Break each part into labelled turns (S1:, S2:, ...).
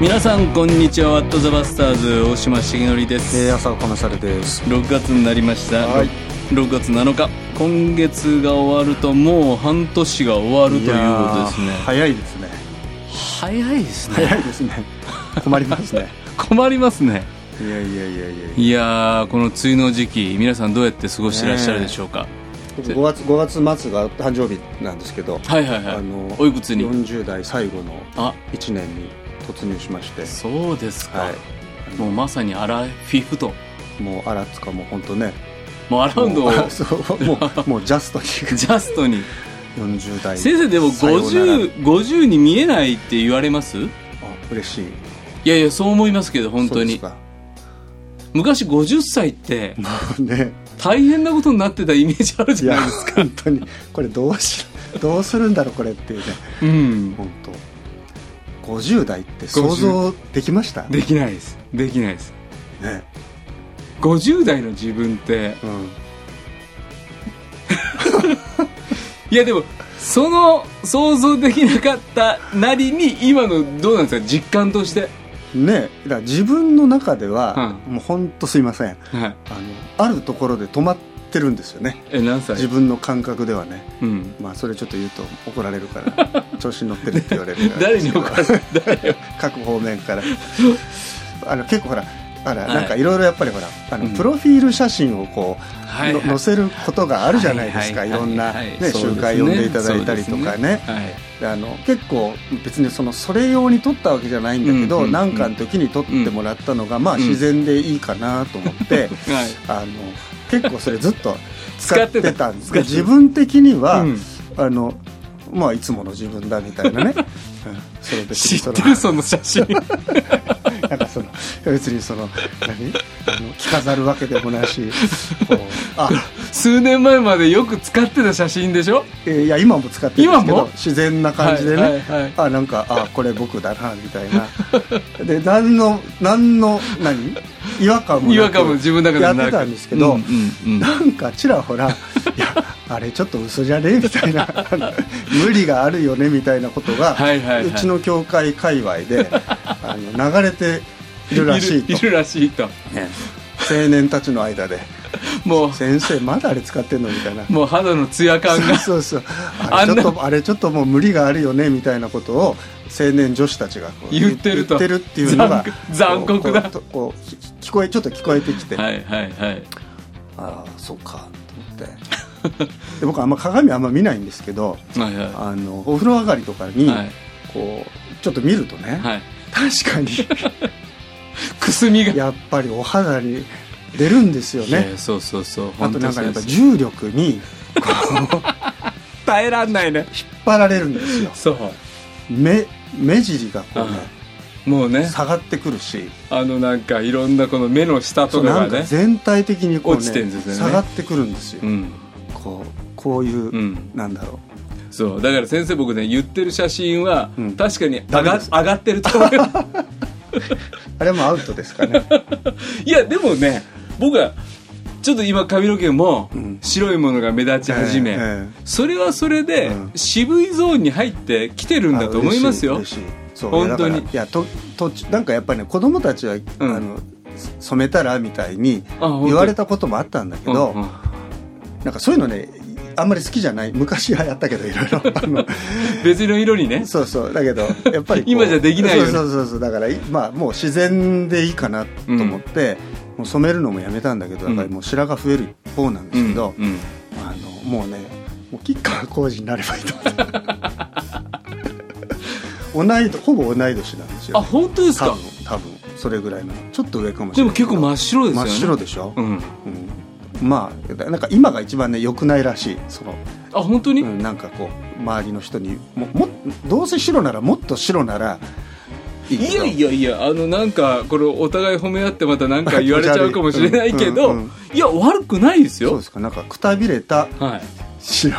S1: 皆さんこんにちはワットザバスターズ大島重則です、
S2: えー、朝岡のシャレです。
S1: 6月になりました、
S2: はい
S1: 6月7日今月が終わるともう半年が終わるということです
S2: い
S1: ね
S2: やー早いですね。
S1: 早いですね
S2: 早いです ね。困りますね。
S1: 困りますね
S2: いやいやいやいや。
S1: いやーこの梅雨の時期皆さんどうやって過ごしてらっしゃるでしょうか、
S2: 五月五月末が誕生日なんですけど、
S1: はいはいはい
S2: あの
S1: おいくつに
S2: 四十代最後の
S1: あ
S2: 一年に突入しまして、
S1: そうですか、
S2: はい。
S1: もうまさにアラフィフと
S2: もうあらつかもう本当ね。
S1: もうアラウンド
S2: も
S1: を
S2: うあそう もうもうジャストに
S1: ジャストに
S2: 四十代。
S1: 先生でも
S2: さようなら。
S1: 50 50に見えないって言われますい
S2: あ嬉しい。
S1: やいやそう思いますけど本当に
S2: そう
S1: 昔50歳って
S2: ですかね。
S1: 大変なことになってたイメージある
S2: い
S1: じゃ
S2: や
S1: ないですか
S2: 本当にこれどうしどうするんだろうこれっていうね。
S1: うん
S2: 本当50代って想像できましたね
S1: できないですできないです50代の自分って
S2: うん
S1: いやでもその想像できなかったなりに今のどうなんですか実感として
S2: ねだから自分の中では、
S1: う
S2: もう本当すいません
S1: はい
S2: あのあるところで止まってるんですよね、
S1: え何歳
S2: 自分の感覚ではね
S1: うん
S2: まあそれちょっと言うと怒られるから調子に乗ってるって言われるから
S1: 誰に怒られる誰を
S2: 各方面 からあの結構ほらあら、
S1: はい
S2: なんかいろいろやっぱりほらあの、
S1: うん
S2: プロフィール写真をこう
S1: はい
S2: の載せること があるじゃないですか、
S1: はい
S2: い
S1: はい
S2: ろ
S1: はい
S2: んな、
S1: はい
S2: ね
S1: そうですね
S2: 集会呼んでいただいたりと
S1: そう
S2: か
S1: です
S2: ね
S1: はい
S2: であの結構別にそのそれ用に撮ったわけじゃないんだけ
S1: うんうん
S2: ど
S1: うん
S2: 何、かの時に撮ってもらったのが、まあ
S1: うん
S2: 自然でいいかなと思って、
S1: はい
S2: あの結構それずっと使ってたんです
S1: 使ってた
S2: けど自分的には、
S1: うん
S2: あのまあいつもの自分だみたい なね、うんそれ別
S1: 知
S2: に
S1: っ
S2: そ
S1: てる
S2: の
S1: その写真
S2: なんかその別にその何あの着飾るわけでもないしこうあ
S1: 数年前までよく使ってた写真でしょ
S2: えーいや今も使ってるんで
S1: 今
S2: すけど
S1: も
S2: 自然な感じでね、
S1: はいはいはい
S2: あなんかあこれ僕だなみたいな で何の何の何違和感もなく
S1: 違和感も自分の中で
S2: や
S1: な
S2: っ
S1: く
S2: てたんですけど、
S1: うんうんうん
S2: なんかちらほらいやあれちょっと嘘じゃねえみたいな あの無理があるよねみたいなことが、
S1: はいはいはいう
S2: ちの教会界隈 であの流れているらしいと
S1: いるらしいと
S2: ね青年たちの 間で
S1: も
S2: 先生まだあれ使ってんのみたいな
S1: うもう肌のツヤ感 が
S2: そうそうそう
S1: あ
S2: あ
S1: ん
S2: れ
S1: な
S2: ちょっとあれちょっともう無理があるよねみたいなことを青年女子たちがこう
S1: 言ってると
S2: 言ってるっていうのが
S1: 残酷残酷だ
S2: こうこうこう聞こえちょっと聞こえてきて、
S1: はいはいはい
S2: ああそうかと思ってで僕あんま鏡あんま見ないんですけど
S1: はいは
S2: あのお風呂上がりとかに、
S1: はい
S2: こうちょっと見るとね、
S1: いはい
S2: 確かに
S1: くすみが
S2: やっぱりお肌に出るんですよ
S1: いやい
S2: ね
S1: やそうそうそう
S2: あと
S1: 本当
S2: なんか
S1: そう
S2: や
S1: で
S2: っ
S1: す
S2: ぱ重力に
S1: 耐えらんないね
S2: 引っ張られるんですよ
S1: そう
S2: 目目尻がこうね、
S1: もうね
S2: 下がってくるし、
S1: あのなんかいろんなこの目の下
S2: そ
S1: と
S2: う
S1: か
S2: なん
S1: が
S2: か
S1: ね
S2: 全体的にこう、ね、
S1: 落ちてんですよね
S2: 下がってくるんですよ、
S1: うん
S2: こうこういう、
S1: うん
S2: なんだろ
S1: そうだから先生僕ね言ってる写真は
S2: うん
S1: 確かに上
S2: ダメ
S1: が
S2: です
S1: 上がってると思います
S2: うあれもアウトです かね
S1: いやでもね僕はちょっと今髪の毛も
S2: ん
S1: 白いものが目立ち始め、
S2: ええええ
S1: それはそれで
S2: うん
S1: 渋いゾーンに入ってきてるんだと思います
S2: あ
S1: よ
S2: 嬉しい嬉しいそう
S1: 本当に
S2: だからいやととなんかやっぱりね子供たちは、あの染めたらみたいに
S1: あ本当
S2: 言われたこともあったんだけど、
S1: うんうん
S2: なんかそういうのねあんまり好きじゃない昔はやったけどいろいろあの
S1: 別の色にね
S2: そうそうだけ どやっぱりこう
S1: 今じゃできないよね
S2: そうそうそうそうだからいまあもう自然でいいかなと思って、もう染めるのもやめたんだけど
S1: うん
S2: やっぱりもう白髪増える方なんですけど、
S1: うんうん
S2: あのもうねもう吉川浩司になればいいと思って 同いとほぼ同い年なんですよ
S1: あ
S2: ね、
S1: 本当です
S2: 多
S1: か
S2: 分多分それぐらいのちょっと上かもし
S1: で
S2: れ
S1: も
S2: ないけ
S1: 結
S2: ど
S1: 構真っ白ですよね
S2: 真っ白でしょ、
S1: うん
S2: うんまあなんか今が一番ね良くないらしいその
S1: あ本当に、
S2: うん、なんかこう周りの人にももどうせ白ならもっと白ならいい
S1: い
S2: け
S1: や
S2: ど
S1: いやいやあのなんかこれお互い褒め合ってまたなんか言われちゃうかもしれないけど、
S2: うんうんうん
S1: いや悪くないです
S2: そう
S1: よ
S2: ですかなんかくたびれた
S1: は
S2: 白、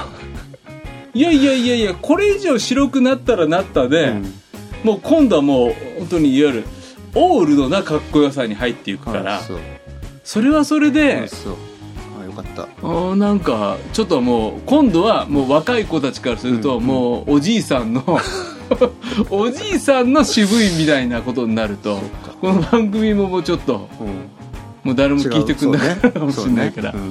S1: いいやいやいやいやこれ以上白くなったらなったで、
S2: うん
S1: もう今度はもう本当にいわゆるオールドなかっこよさに入っていくから
S2: あそう
S1: それはそれ
S2: あ
S1: で
S2: そうあよかった
S1: あーなんかちょっともう今度はもう若い子たちからすると
S2: うん
S1: もうおじいさんのおじいさんの渋いみたいなことになるとこの番組ももうちょっと
S2: うん
S1: もう誰も聞いてくんない
S2: そう
S1: かもしれ ないから、
S2: そうね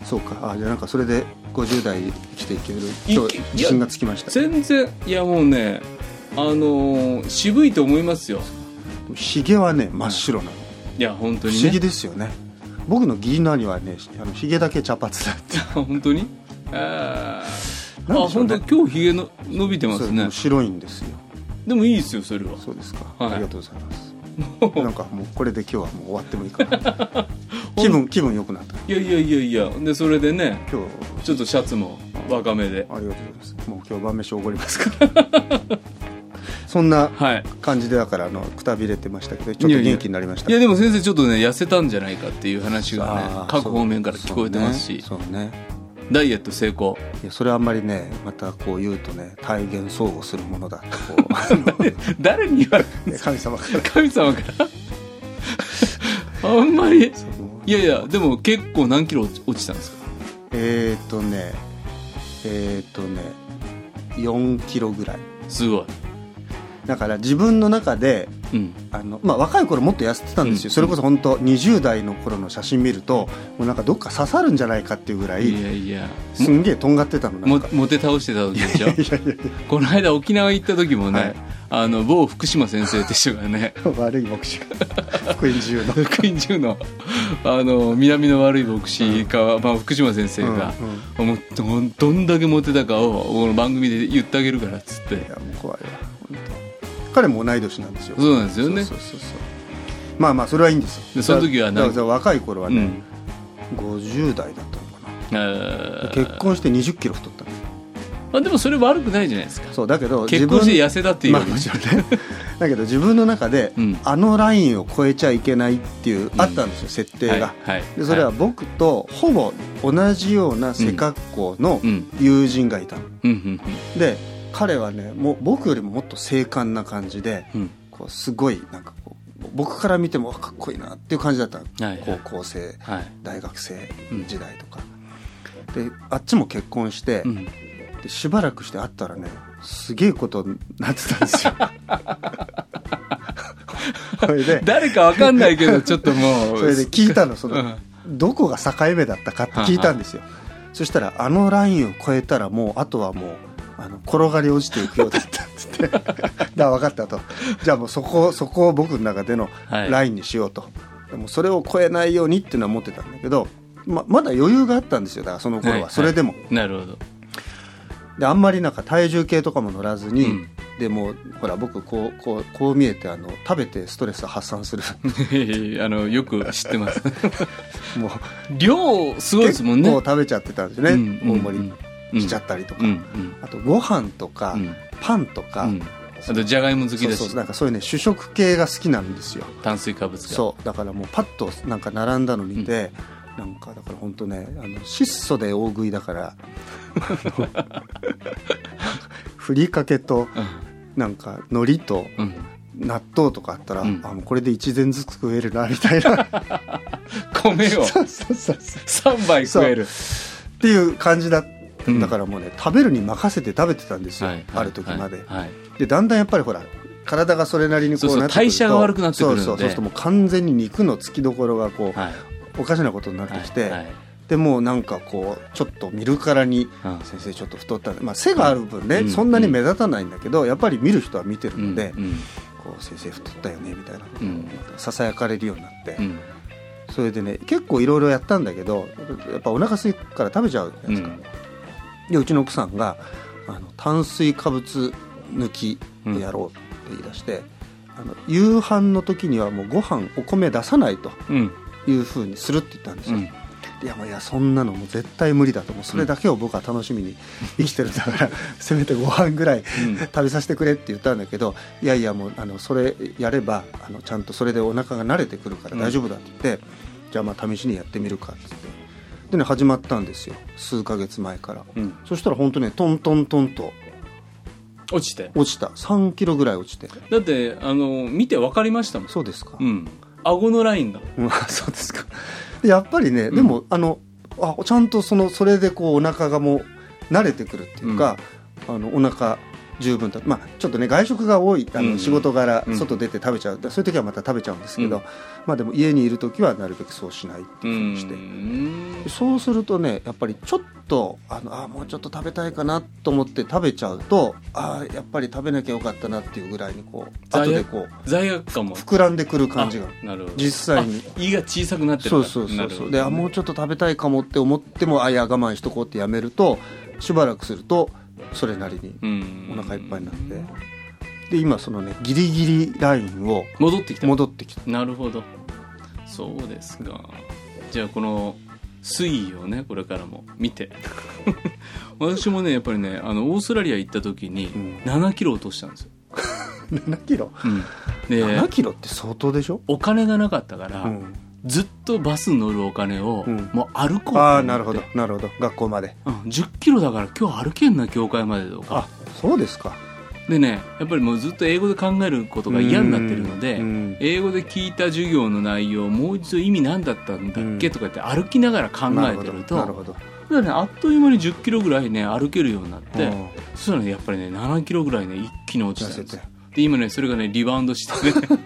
S2: うんそうかあじゃあなんかそれで50代生きていける
S1: い
S2: と
S1: けいや
S2: 自信がつきました
S1: 全然いやもうねあのー渋いと思いますよ
S2: ひげはね真っ白なの、
S1: いや本当
S2: 不
S1: に
S2: 思議
S1: ね
S2: ですよね僕の義理の兄はねあのひげだけ茶髪だって
S1: 本当にあー
S2: なん
S1: あ
S2: でしょ
S1: 本
S2: うね
S1: 当今日ひげの伸びてま
S2: そ
S1: す
S2: れも
S1: ね
S2: う白いんですよ
S1: でもいいですよそれは
S2: そうですか、
S1: はい
S2: ありがとうございますなんかもうこれで今日はもう終わってもいいかな 気分気分良くなった
S1: いやいやいやいやでそれでね
S2: 今
S1: ちょっとシャツも若めで
S2: 日ありがとうございますもう今日晩飯おごりますから そんな
S1: はい
S2: 感じでだからあのくたびれてましたけどちょっと元気になりました
S1: いやでも先生ちょっとね痩せたんじゃないかっていう話がね
S2: あー
S1: 各方面から聞こえてますし、
S2: そうそうねそうね
S1: ダイエット成功
S2: いやそれあんまりねまたこう言うとね体現相互するものだって こうあ
S1: 誰に言われる
S2: の神様から
S1: 神様から あんまり
S2: その
S1: いやいやでも結構何キロ落ち落ちたんですか
S2: えっ、ー、とねえっ、ー、とね4キロぐらい
S1: すごい
S2: だから自分の中で
S1: うん
S2: あの、まあ、若い頃もっと痩せてたんですよ、
S1: うん
S2: それこそ本当20代の頃の写真見るともうなんかどっか刺さるんじゃないかっていうぐらい
S1: いやいや
S2: すんげえとんがってたのな
S1: も
S2: んか
S1: モテ倒してた時でしょ
S2: いやいやい
S1: この間沖縄行った時もね、
S2: はい
S1: あの某福島先生って人がね
S2: や悪い牧師が福音自由の
S1: 福音中のあの南の悪い牧師か、まあ、福島先生が、
S2: うんうんい
S1: もうどどんだけモテたかをこの番組で言ってあげるからっつって
S2: やもう怖いわ本当彼も同い年なんですよ
S1: そうなんですよね
S2: そうそうそうそうまあまあそれはいいんですよ
S1: でその時は
S2: だ
S1: な
S2: からだから若い頃は
S1: う
S2: ね、
S1: ん
S2: 50代だったのかな
S1: あー
S2: 結婚して2 0キロ太ったの
S1: あでもそれ悪くないじゃないですか
S2: そうだけど
S1: 結婚して
S2: 自分
S1: 痩せたっていう
S2: ま
S1: よ
S2: あ
S1: り
S2: もちろんねだけど自分の中で、
S1: うん
S2: あのラインを超えちゃいけないっていう、
S1: ん
S2: あったんですよ設定が、
S1: はいはい
S2: でそれはい僕とほぼ同じような背格好の
S1: うん
S2: 友人がいたの、
S1: うんうん
S2: で彼はねもう僕よりももっと精悍な感じで
S1: うん
S2: こうすごいなんかこう僕から見てもわかっこいいなっていう感じだったの、
S1: はいはい
S2: 高校生
S1: はい
S2: 大学生時代とか、であっちも結婚して、
S1: うん
S2: でしばらくして会ったらねすげえことになってたんで すよそれで
S1: 誰かわかんないけどちょっともう
S2: それで聞いたのそ
S1: うん
S2: のどこが境目だったかって聞いたんですよそしたらあのラインを越えたらもうあとはもうあの転がり落ちていくようだったっつって だから分かったとじゃあもうそこそこを僕の中での
S1: はい
S2: ラインにしようと、でもそれを越えないようにっていうのは思ってたんだけどままだ余裕があったんですよだからその頃は、
S1: はいはい
S2: それでも
S1: なるほど
S2: であんまりなんか体重計とかも乗らずに、
S1: うん
S2: でもうほら僕こうこうこう見えてあの食べてストレス発散する
S1: あのよく知ってます
S2: もう
S1: 量すごいですもん
S2: 結
S1: ね
S2: 構食べちゃってたんですね、
S1: うん
S2: 大盛りしちゃったりとか、
S1: うんうん
S2: あとご飯とか、
S1: うん
S2: パンとか、
S1: うんあとじゃがいも好き
S2: そう
S1: だ
S2: そう
S1: し
S2: なんかそういうね主食系が好きなんですよ
S1: 炭水化物が
S2: そうだからもうパッとなんか並んだの見て、なんかだから本当ねあの質素で大食いだから あのふりかけとなんか海苔と
S1: うんうん
S2: 納豆とかあったら、
S1: うん
S2: あもうこれで一膳ずつ食えるなみた いな
S1: 米を
S2: そうそうそうそう
S1: 3杯食える
S2: っていう感じだ
S1: うん
S2: だからもうね食べるに任せて食べてたんですよ、
S1: はい
S2: ある時まで、
S1: はいはい
S2: でだんだんやっぱりほら体がそれなりにこ
S1: そう
S2: う
S1: そう
S2: なってくると
S1: 代謝が悪くなってくるので
S2: そうそうそうするともう完全に肉のつきどころがこう、
S1: はい
S2: おかしなことになってきて、
S1: はいはい
S2: でもうなんかこうちょっと見るからに
S1: うん
S2: 先生ちょっと太ったね、まあ、背がある分ね、
S1: うん
S2: そんなに目立たないんだけどやっぱり見る人は見てる
S1: うん
S2: ので、
S1: うん
S2: こう先生太ったよねみたいな
S1: うん
S2: ささやかれるようになって、
S1: うん
S2: それでね結構いろいろやったんだけどやっぱお腹空いてから食べちゃうじゃないですか、でうちの奥さんがあの炭水化物抜きでやろうって言い出して、あの夕飯の時にはもうご飯お米出さないと
S1: うん
S2: いうふうにするって言ったんです
S1: う
S2: よ、
S1: ん
S2: いやもういやそんなのもう絶対無理だともうそれだけを僕は楽しみに生きてるんだから、 せめてご飯ぐらい
S1: うん
S2: 食べさせてくれって言ったんだけどいやいやもうあのそれやればあのちゃんとそれでお腹が慣れてくるから大丈夫だって言って、じゃあまあ試しにやってみるかって言ってでね始まったんですよ数ヶ月前から、
S1: うん
S2: そしたら本当ねトントントンと
S1: 落ちて
S2: 落ちた3キロぐらい落ちて
S1: だってあの見て分かりましたもん
S2: そうですか、
S1: うん顎のラインが
S2: うんそうですかでやっぱりね、
S1: ん
S2: でもあのあちゃんとそのそれでこうお腹がもう慣れてくるっていうか、あのお腹十分と、まあ、ちょっとね外食が多いあ
S1: うん
S2: の仕事柄、
S1: うん
S2: 外出て食べちゃうそういう時はまた食べちゃうんですけど、
S1: うん
S2: まあ、でも家にいる時はなるべくそうしないって
S1: う
S2: いうふうに
S1: ん
S2: して、そうするとねやっぱりちょっとあのあもうちょっと食べたいかなと思って食べちゃうとあやっぱり食べなきゃよかったなっていうぐらいにこう
S1: 罪悪
S2: 後でこう
S1: 罪悪感も
S2: 膨らんでくる感じが
S1: あなるほど
S2: 実際に
S1: あ胃が小さくなってるか
S2: そう
S1: ら
S2: そうそ
S1: な
S2: う
S1: る
S2: そ
S1: ほ
S2: う
S1: ど
S2: であもうちょっと食べたいかもって思ってもあいや我慢しとこうってやめるとしばらくするとそれなりに
S1: うん
S2: お腹いっぱいになってで今そのねギリギリラインを
S1: 戻ってきた
S2: 戻ってきた
S1: なるほどそうですかじゃあこの推移をねこれからも見て 私もねやっぱりねあのオーストラリア行った時に
S2: ん
S1: 7キロ落としたんですよ、
S2: 7キロ
S1: うんで
S2: 7キロって相当でしょ、
S1: お金がなかったから、
S2: うん、
S1: ずっとバス乗るお金を、
S2: うん
S1: もう歩こうと思って
S2: ああなるほどなるほど学校まで
S1: うん、1 0キロだから今日歩けんな教会までとか
S2: あそうですか
S1: でねやっぱりもうずっと英語で考えることが嫌になってるので、
S2: うん
S1: 英語で聞いた授業の内容もう一度意味何だったんだっけとかって歩きながら考えてると
S2: なるほどなる
S1: だからね、あっという間に1 0キロぐらいね歩けるようになっ
S2: ほ
S1: て、
S2: どうん
S1: そしたらねやっぱりね7キロぐらいね一気に落ち
S2: 痩
S1: たん
S2: せ
S1: です
S2: て
S1: よで今ねそれがねリバウンドして ね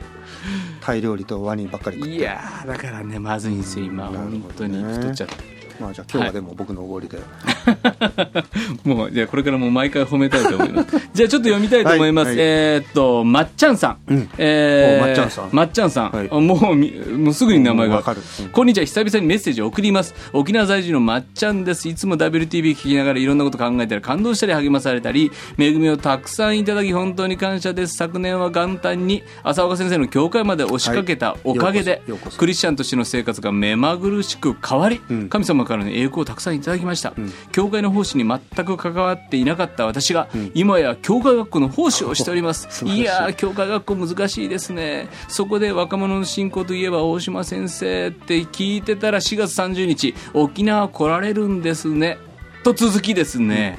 S2: タイ料理とワニばっかり食って
S1: いやーだからねまずいんですよ今
S2: なるほどね
S1: 本当に太っちゃって、
S2: まあじゃあ今日はでも僕のおごりで、
S1: もうじゃあこれからもう毎回褒めたいと思います じゃあちょっと読みたいと思います、
S2: はいはい
S1: えーっとまっちゃんさん、
S2: うん
S1: えー
S2: おまっちゃんさん
S1: まっちゃんさん、
S2: はい
S1: あもうみもうすぐに名前が
S2: わかるうん
S1: こんにちは久々にメッセージを送ります沖縄在住のまっちゃんですいつも WTV 聞きながらいろんなこと考えたり感動したり励まされたり恵みをたくさんいただき本当に感謝です昨年は元旦に浅岡先生の教会まで押しかけたおかげ
S2: は
S1: で
S2: いようこそようこそ
S1: クリスチャンとしての生活が目まぐるしく変わり、
S2: うん
S1: 神様からの栄光をたくさんいただきました、
S2: ん
S1: 教会の奉仕に全く関わっていなかった私が、今や教会学校の奉仕をしておりま す
S2: 素晴らし
S1: い
S2: い
S1: やー教会学校難しいですねそこで若者の信仰といえば大島先生って聞いてたら4月30日沖縄来られるんですねと続きですね、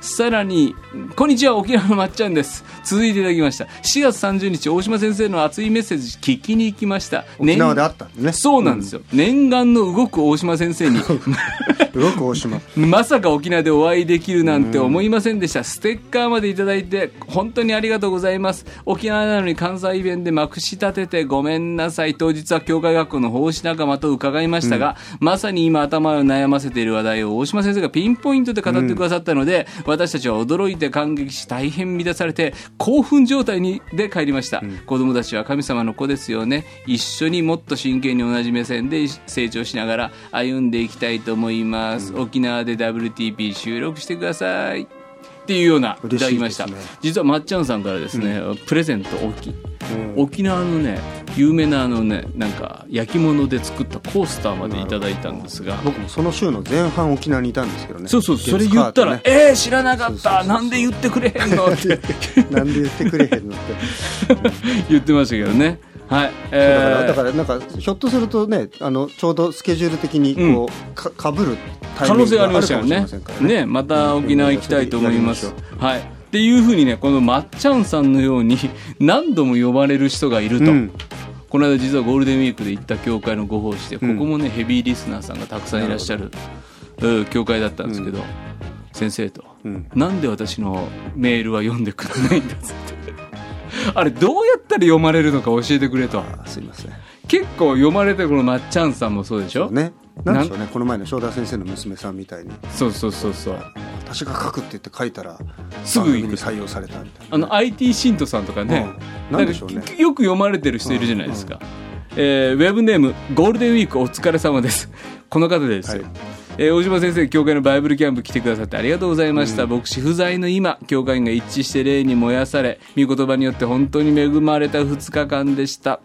S1: さらに、こんにちは、沖縄のまっちゃんです。続いていただきました。4月30日、大島先生の熱いメッセージ聞きに行きました。
S2: 沖縄であったんですね
S1: そうなんですよ、念願の動く大島先生に
S2: 動く大島
S1: まさか沖縄でお会いできるなんて思いませんでしたステッカーまでいただいて本当にありがとうございます沖縄なのに関西弁でまくし立ててごめんなさい当日は教会学校の奉仕仲間と伺いましたが、まさに今頭を悩ませている話題を大島先生がピンポイントで語ってくださったので、私たちは驚いて感激し大変満たされて興奮状態にで帰りました、子供たちは神様の子ですよね一緒にもっと真剣に同じ目線で成長しながら歩んでいきたいと思います、沖縄で WTP 収録してくださいっていうような
S2: 嬉
S1: だ
S2: し
S1: き
S2: い
S1: ま
S2: で
S1: し
S2: す
S1: た
S2: ね
S1: 実はまっちゃんさんからですね、プレゼント大きい
S2: うん
S1: 沖縄のね有名なあのねなんか焼き物で作ったコースターまでいただいたんですが
S2: 僕もその週の前半沖縄にいたんですけどね
S1: そうそう
S2: 月
S1: それ言ったら「
S2: 火とね
S1: えー、知らなかった
S2: そうそうそうそう
S1: なんで言ってくれへんの?」って
S2: なんで言ってくれへんのって
S1: 言ってましたけどねはい
S2: だ
S1: え
S2: か
S1: ー
S2: らだからなんかひょっとするとねあのちょうどスケジュール的にこう、かかぶるタイ
S1: 可
S2: ミ
S1: 能
S2: ング
S1: 性
S2: が
S1: あ
S2: あ
S1: り
S2: るか
S1: まし
S2: もしたれ
S1: よ
S2: ま
S1: ね
S2: せんからね
S1: ねまた沖縄行きたいと思いますはいっていうふうにねこのまっちゃんさんのように 何度も呼ばれる人がいると、
S2: うん
S1: この間実はゴールデンウィークで行った教会のご奉仕でここ
S2: ん
S1: もね、ヘビーリスナーさんがたくさんいらっしゃるうん教会だったんですけど、先生と、
S2: うん
S1: なんで私のメールは読んでくれないんだ」っつって。 あれどうやったら読まれるのか教えてくれと
S2: あすいません
S1: 結構読まれてこのまっちゃんさんもそうでしょ
S2: ねなんでしょうねこの前の正田先生の娘さんみたいに
S1: そうそうそうそう
S2: 私が書くって言って書いたら
S1: すぐ行く
S2: 番組に採用されたみたいな
S1: あの IT 信徒さんとかね、
S2: うんなんでしょうね
S1: なんかよく読まれてる人いるじゃないですか、えーウェブネームゴールデンウィークお疲れ様ですこの方ですよ、
S2: はい
S1: えー大島先生教会のバイブルキャンプ来てくださってありがとうございました、牧師不在の今教会員が一致して霊に燃やされ御言葉によって本当に恵まれた2日間でした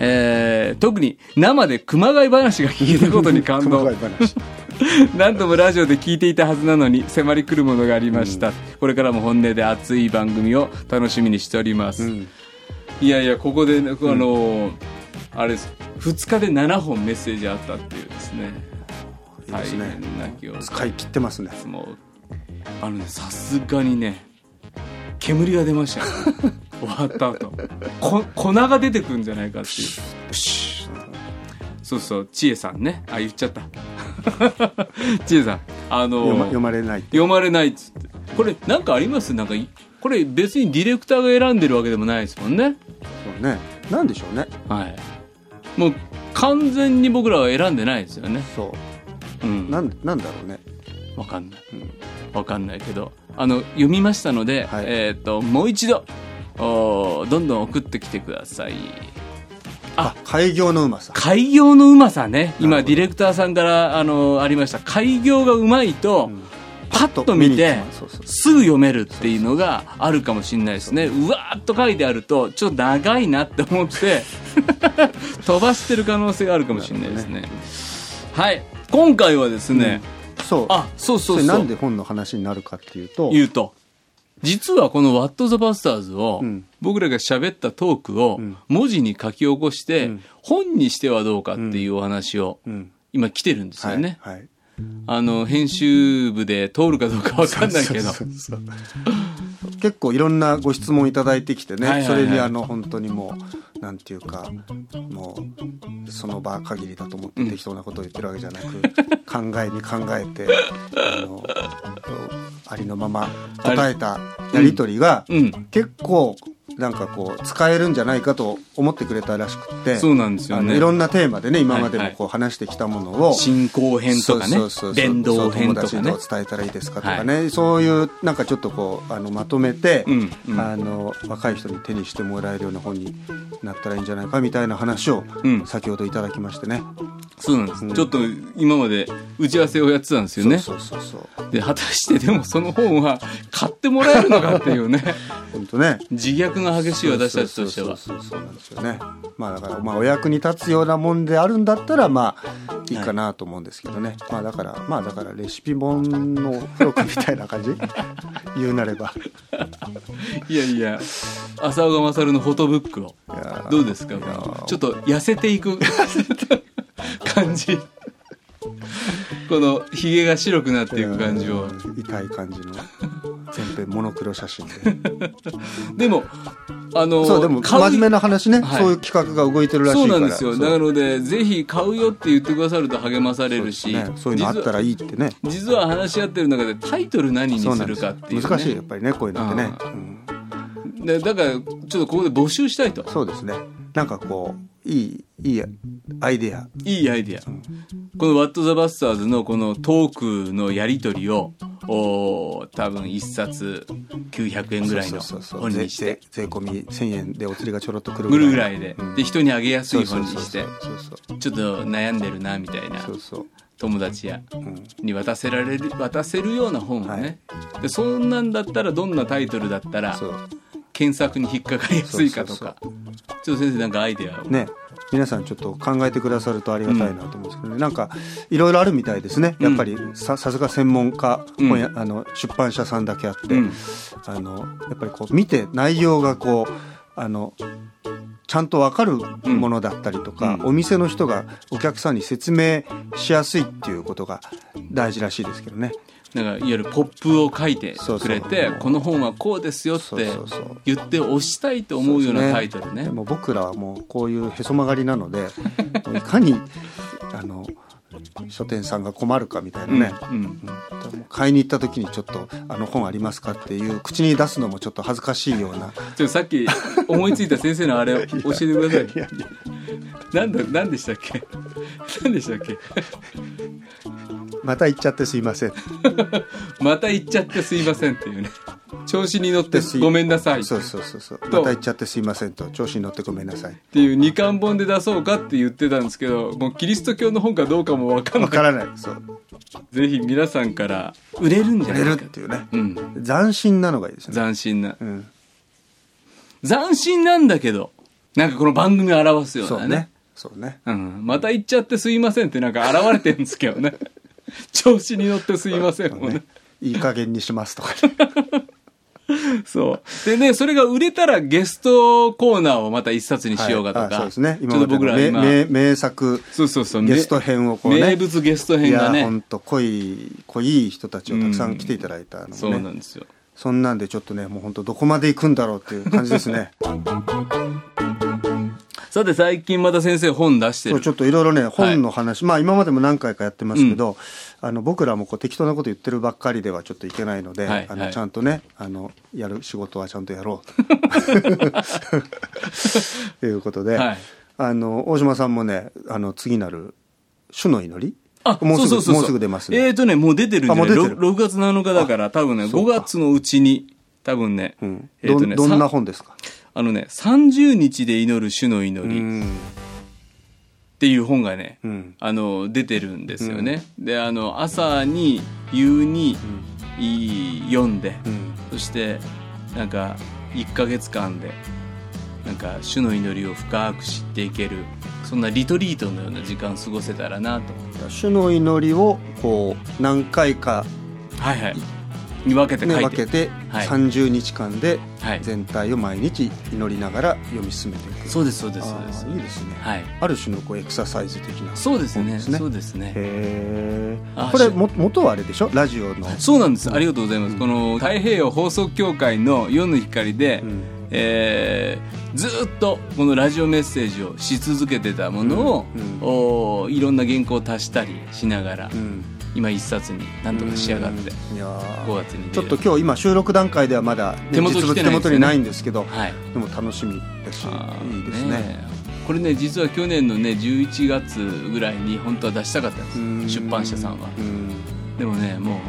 S1: えー特に生で熊谷話が聞けたことに感動
S2: 熊谷 話
S1: 何度もラジオで聞いていたはずなのに迫り来るものがありました、これからも本音で熱い番組を楽しみにしております、
S2: ん
S1: いやいやここで、ねあのーあれです2日で7本メッセージあったっていうですね
S2: いいですね
S1: 大変な記憶
S2: 使い切ってますね
S1: もうあのねさすがにね煙が出ましたよ、 終わった後こ粉が出てくるんじゃないかっていうそうそう千恵さんね あ言っちゃった千恵さんあの
S2: 読ま読まれないって
S1: 読まれないっつってこれなんかありますなんかいこれ別にディレクターが選んでるわけでもないですもんね
S2: そうねなんでしょうね
S1: はいもう完全に僕らは選んでないですよね
S2: そ
S1: うん
S2: うなんなんだろうね
S1: わかんない
S2: うん。
S1: わかんないけど。あの、読みましたので、
S2: はい
S1: えっ、と、もう一度、おーどんどん送ってきてください。あ
S2: 開業のうまさ
S1: 開業のうまさね。
S2: な
S1: 今、
S2: るほ
S1: ディレクターさんから、あの、ありました。開業がうまいと、
S2: うん
S1: パッと見て
S2: に行く、そうそう
S1: すぐ読めるっていうのがあるかもしれないですね。うわーっと書いてあると、ちょっと長いなって思 って、飛ばしてる可能性があるかもしれないですね。はい。今回はですね、
S2: そう
S1: あ、そうそ
S2: そう
S1: そ
S2: れ
S1: う。
S2: なんで本の話になるかっていうと
S1: 言うと実はこの「ワット・ザ・バスターズ」を
S2: うん
S1: 僕らが喋ったトークを
S2: ん
S1: 文字に書き起こして
S2: うん
S1: 本にしてはどうかっていうお話を
S2: うん
S1: 今来てるんです
S2: は
S1: よ
S2: い、
S1: ね、
S2: はい、
S1: あの編集部で通るかどうかわかんないけど
S2: そうそうそう結構いろんなご質問いただいてきてね、
S1: はいはいはい
S2: それにあの本当にもうなんていうかもうその場限りだと思って適当なことを言ってるわけじゃなく、 考えに考えてあのありのまま答えたやり取りが、
S1: うん
S2: 結構なんかこう使えるんじゃないかと思ってくれたらしくって
S1: そうなんですよ
S2: あの
S1: ね
S2: いろんなテーマでね今まで
S1: はい
S2: も
S1: はい
S2: こう話してきたものを、
S1: 進行編とかね
S2: そうそうそうそう
S1: 伝道編と
S2: そ
S1: かね
S2: う友達にどう伝えたらいいですかとかね、そういうなんかちょっとこうあのまとめて、
S1: うんうん
S2: あの若い人に手にしてもらえるような本になったらいいんじゃないかみたいな話を
S1: うん
S2: 先ほどいただきましてね。
S1: そうなんです、
S2: うん
S1: ちょっと今まで打ち合わせをやってたんですよね
S2: そうそうそうそう
S1: で果たしてでもその本は買ってもらえるのかっていうね
S2: 本当ね。
S1: 自虐が激しい私たちとしては
S2: そうそうそうそうそうなんですよね。まあだからまあお役に立つようなもんであるんだったらまあいいかなと思うんですけどね。まあだからまあだからレシピ本の付録みたいな感じ 言うなれば。
S1: いやいや浅岡勝のフォトブックを
S2: いやー
S1: どうですか
S2: いやー
S1: ちょっと痩せていく感じこのひげが白くなっていく感じを
S2: 痛い感じの全編モノクロ写真
S1: で
S2: で
S1: もあの
S2: そうでも
S1: 買
S2: 真面目な話ね、
S1: はい
S2: そういう企画が動いてるらし
S1: そう
S2: いから
S1: なんですよ
S2: そう
S1: なのでぜひ買うよって言ってくださると励まされるし、
S2: ねそういうのあったらいいってね
S1: 実は実は話し合ってる中でタイトル何に
S2: そう
S1: す
S2: なんで
S1: る
S2: す
S1: か
S2: よ
S1: っていう、ね、
S2: 難しいやっぱりねこういうのってね、
S1: う
S2: うん
S1: でだからちょっとここで募集したいと
S2: そうですねなんかこういいいいアイデア
S1: いいアイディア。この「ワット・ザ・バスターズ」のこのトークのやり取りを、おー多分1冊900円ぐらいの
S2: そうそうそう
S1: 本にして
S2: 税、税税込み1000円でお釣りがちょろっとくる
S1: ぐるぐらいで
S2: う、ん
S1: で、人にあげやす
S2: そう
S1: い
S2: そ
S1: 本
S2: う
S1: に
S2: そう
S1: して、
S2: そうそう
S1: ちょっと悩んでるな、みたいな
S2: そ、うそう
S1: 友達や、
S2: うん
S1: に渡せられる、渡せるような本をね。で、そんなんだったら、どんなタイトルだったら
S2: そ、う
S1: 検索に引っかかりやすいかと
S2: そう
S1: か。ちょっと先生、なんかアイデアを。
S2: ね、皆さんちょっと考えてくださるとありがたいなと思うんですけどね、なんかいろいろあるみたいですねやっぱりささすが専門家、
S1: うん
S2: 本屋あの出版社さんだけあって、
S1: うん
S2: あのやっぱりこう見て内容がこうあのちゃんとわかるものだったりとか、
S1: うん
S2: お店の人がお客さんに説明しやすいっていうことが大事らしいですけどね。
S1: なんかいわゆるポップを書いて
S2: そうそ
S1: く
S2: う
S1: れてこの本はこうですよっ
S2: そう
S1: て
S2: そうそう
S1: 言って押したいと思うようなタイトルね
S2: でも僕らはもうこういうへそ曲がりな のでいかにあの書店さんが困るかみたいなね、
S1: うんうん
S2: 買いに行った時にちょっと「あの本ありますか?」っていう口に出すのもちょっと恥ずかしいよう
S1: ちょ
S2: な
S1: っとさっき思いついた先生 のあれを教えてくださいなんだなんでしたっけなんでしたっけ
S2: また行っちゃってすいませんっ
S1: また行っちゃってすいませんっていうね調子に乗って
S2: てすい
S1: ごめんなさいっ
S2: そうそうそうそうまた行っちゃってすいませんと調子に乗ってごめんなさい
S1: ていう二巻本で出そうかって言ってたんですけどもうキリスト教の本かどうかもわかんな
S2: わ
S1: い
S2: からないそう
S1: ぜひ皆さんから売れるんじゃ
S2: 売
S1: ない
S2: れ
S1: か
S2: る
S1: っ
S2: ってていうね
S1: うん
S2: 斬新なのがいいですね、
S1: 斬新な
S2: うん、
S1: 斬新なんだけどなんかこの番組を表すよう
S2: そ
S1: な
S2: う
S1: ね
S2: ねそうね
S1: うん、また行っちゃってすいませんってなんか現れてるんですけどね 調子に乗ってすいませんも
S2: ね
S1: ね
S2: いい加減にしますとかね
S1: そうでねそれが売れたらゲストコーナーをまた一冊にしようかとか、
S2: はいあそうですね
S1: ち
S2: 今
S1: ょっと
S2: までの
S1: 僕ら
S2: 名
S1: 今
S2: 名名作
S1: そうそうそう
S2: ゲスト編をこうね
S1: 名物ゲスト
S2: い
S1: 編が
S2: やほ
S1: ね
S2: んと濃い濃い人たちをたくさん来ていただいたの
S1: そう
S2: も
S1: な
S2: ね
S1: んですよ
S2: そ んなんでちょっとねもう本当どこまで行くんだろうっていう感じですね
S1: さて最近また先生本出して
S2: そう
S1: る
S2: ちょっといろいろね本の話、まあ今までも何回かやってますけど、あの僕らもこう適当なこと言ってるばっかりではちょっといけないので、
S1: はい
S2: あ
S1: は
S2: の
S1: い
S2: ちゃんとねあのやる仕事はちゃんとやろう ということで、
S1: はい
S2: あの大島さんもねあの次なる「主の祈り」
S1: あ
S2: もうす
S1: そ
S2: ぐ
S1: うそうそうそう
S2: もうすぐ出ますね、
S1: えーとねもう出てるんじゃな
S2: あも
S1: いう
S2: 出てる
S1: ろ 6, 月7日だから多分ね
S2: そ
S1: 5
S2: うか
S1: 月のうちに多分ね,、
S2: うん
S1: えーとね
S2: どんどんな
S1: さ
S2: 本ですか
S1: あのね30日で祈る主の祈りっ
S2: ん
S1: ていう本がね、
S2: うん
S1: あの出てるんですよね、であの朝に夕にい読んで、
S2: う
S1: そ
S2: ん
S1: してなんか1ヶ月間でなんか主の祈りを深く知っていけるそんなリトリートのような時間を過ごせたらなと
S2: 主の祈りをこう何回か、
S1: はいはいに分けて
S2: ね、
S1: 書い
S2: 分
S1: て
S2: けて
S1: はい
S2: 30日間で
S1: はい
S2: 全体を毎日祈りながら読み進めていく
S1: そうですそうですそ
S2: あ
S1: うです
S2: ーいいですね、
S1: はい
S2: ある種のこうエクササイズ的な
S1: そうです
S2: 本
S1: ねそうですね
S2: へ
S1: あ
S2: えこれ
S1: し
S2: も元はあれでしょラジオの、
S1: そうなんですありがとうございます、この太平洋放送協会の夜の光で、
S2: うん
S1: えーずーっとこのラジオメッセージをし続けてたものを、
S2: うんうん
S1: おーいろんな原稿を足したりしながら、
S2: うん
S1: 今一冊になんとか仕上がって、
S2: うんいやー
S1: 5月に
S2: ち
S1: 出
S2: ょっ
S1: る
S2: と今日今収録段階ではまだね、
S1: 手元
S2: 実
S1: 来
S2: 物
S1: てないですよね
S2: 手元にないんですけど、
S1: はい
S2: でも楽しみだし
S1: あー
S2: いいですね
S1: えこれね実は去年のね11月ぐらいに本当は出したかったんです
S2: うん
S1: 出版社さんは
S2: うん
S1: でもねも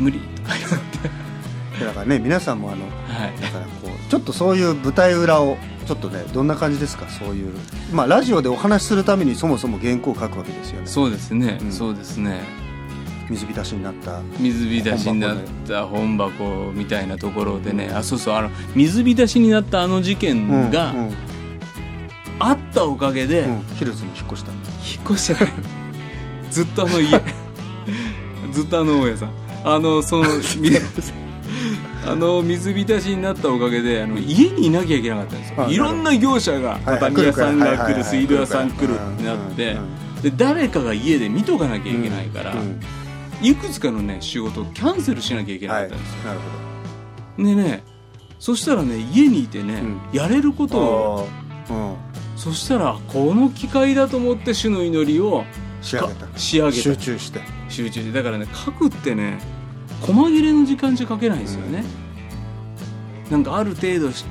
S1: う無理とか言って
S2: だからね皆さんもあの
S1: はい
S2: だからこうちょっとそういう舞台裏をちょっとねどんな感じですかそういうまあラジオでお話しするためにそもそも原稿を書くわけですよね
S1: そうですね、
S2: うん
S1: そうですね
S2: 水浸しになった
S1: 水浸しになった本箱みたいなところでね、あそうそうあの水浸しになったあの事件
S2: う
S1: が
S2: ん
S1: あったおかげで、
S2: うん、ヒルズに引っ越したんだ
S1: 引っ越して ないずっとあの家ずっとあの大家さんあのその みあの水浸しになったおかげであの家にいなきゃいけなかったんですよ
S2: あ
S1: いろんな業者が
S2: はい
S1: 畳屋さんが
S2: 来るからはいはい
S1: 来
S2: は
S1: る
S2: い
S1: 水道屋さん来る
S2: 来るから
S1: ってなって
S2: うんうん
S1: で誰かが家で見とかなきゃいけないから
S2: うん
S1: いくつかのね仕事をキャンセルしなきゃいけな
S2: は
S1: かっ
S2: い
S1: たんですよ
S2: なる
S1: でねそしたらね家にいてね
S2: うん
S1: やれることを
S2: ほどうん
S1: そしたらこの機会だと思って主の祈りを
S2: 仕上げた
S1: か仕上げた
S2: 集中して
S1: 集中してだからね書くってね細切れの時間じゃ書けないんですよね、なんかある程度し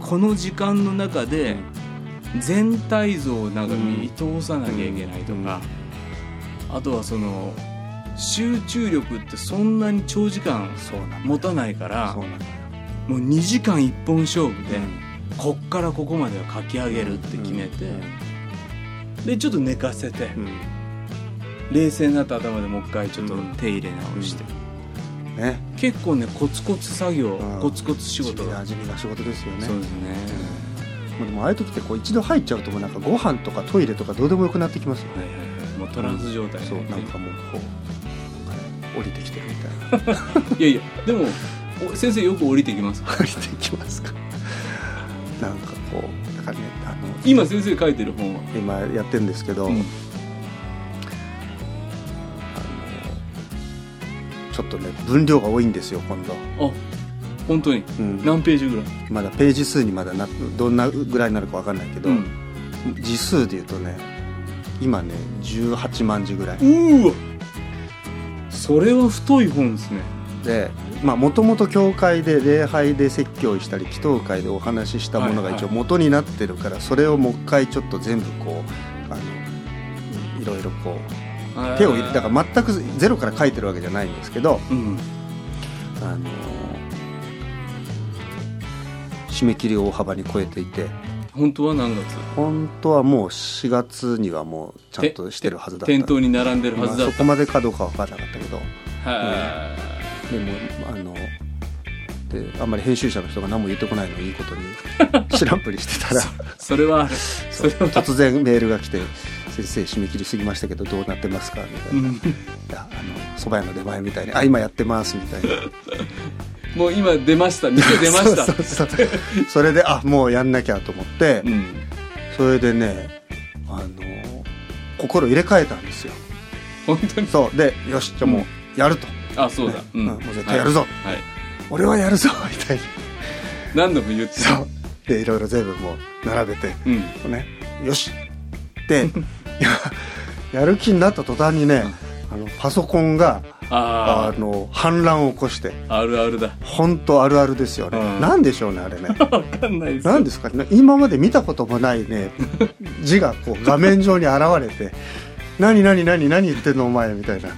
S1: この時間の中で全体像をなんか見通さなきゃいけないとか、あとはその集中力ってそんなに長時間
S2: そうなん
S1: 持たないから
S2: そうなんだよ
S1: もう2時間一本勝負で、
S2: うん
S1: こっからここまでは書き上げるって決めて、でちょっと寝かせて、
S2: うん
S1: 冷静になった頭でもう一回ちょっと手入れ直して、
S2: うんね
S1: 結構ねコツコツ作業、
S2: うん
S1: コツコツ仕事
S2: 地味
S1: が、
S2: な地味な仕事ですよね
S1: そうですね、
S2: もうでもああいう時ってこう一度入っちゃうともうなんかご飯とかトイレとかどうでもよくなってきますよね
S1: はいはいはいもうトランス状態、
S2: そうなんかもうこうなんかね降りてきてるみたい な
S1: いやいやでもお先生よく降りてきます
S2: 降りてきますかなんかこうだからねあの
S1: 今先生書いてる本は、
S2: 今やってるんですけど、
S1: うん
S2: ちょっとね分量が多いんですよ今度、
S1: あ本当に
S2: うん
S1: 何ページぐらい、
S2: まだページ数にまだなどんなぐらいになるかわかんないけど、字数で言うとね今ね18万字ぐらいう
S1: ーわそれは太い本ですね
S2: でもともと教会で礼拝で説教したり祈祷会でお話ししたものが一応
S1: はい
S2: 元になってるから、それをもう一回ちょっと全部こうあのいろいろこう手を入れだから全くゼロから書いてるわけじゃないんですけど、
S1: うん
S2: あの締め切りを大幅に超えていて
S1: 本当は何月
S2: 本当はもう4月にはもうちゃんとしてるはずだった
S1: 店頭に並んでるはずだっ
S2: まあそこまでかどうかは分からなかったけど
S1: たは
S2: でもあのであんまり編集者の人が何も言ってこないのをいいこと に知らんぷりしてたら
S1: いそれはあるそれはある
S2: 突然メールが来て「先生締め切りすぎましたけどどうなってますか?」みた
S1: う
S2: いな「い
S1: ん
S2: やあの蕎麦屋の出前」みたいに「あ今やってます」みたいな
S1: もう今出ま した店出ました
S2: そうそうそうそれであもうやんなきゃと思って、
S1: うん
S2: それでねあの心入れ替えたんですよ
S1: 本当に
S2: そうでよしじゃあもうやると、
S1: あそうだ、
S2: ねうんもう絶対やるぞ
S1: はい、はい
S2: 俺はやるぞみたいに
S1: 何度も言って
S2: そ
S1: た
S2: うでいろいろ全部もう並べて、
S1: うん
S2: ね、よし ってややる気になった途端にね、あのパソコンが
S1: あ
S2: あの反乱を起こして
S1: ああるあるだ
S2: 本当あるあるですよね、
S1: うん
S2: なんでしょうねあ れね
S1: わかんないです
S2: なんですかね今まで見たこともないね 字がこう画面上に現れて「何何何何言ってんのお前」みたいな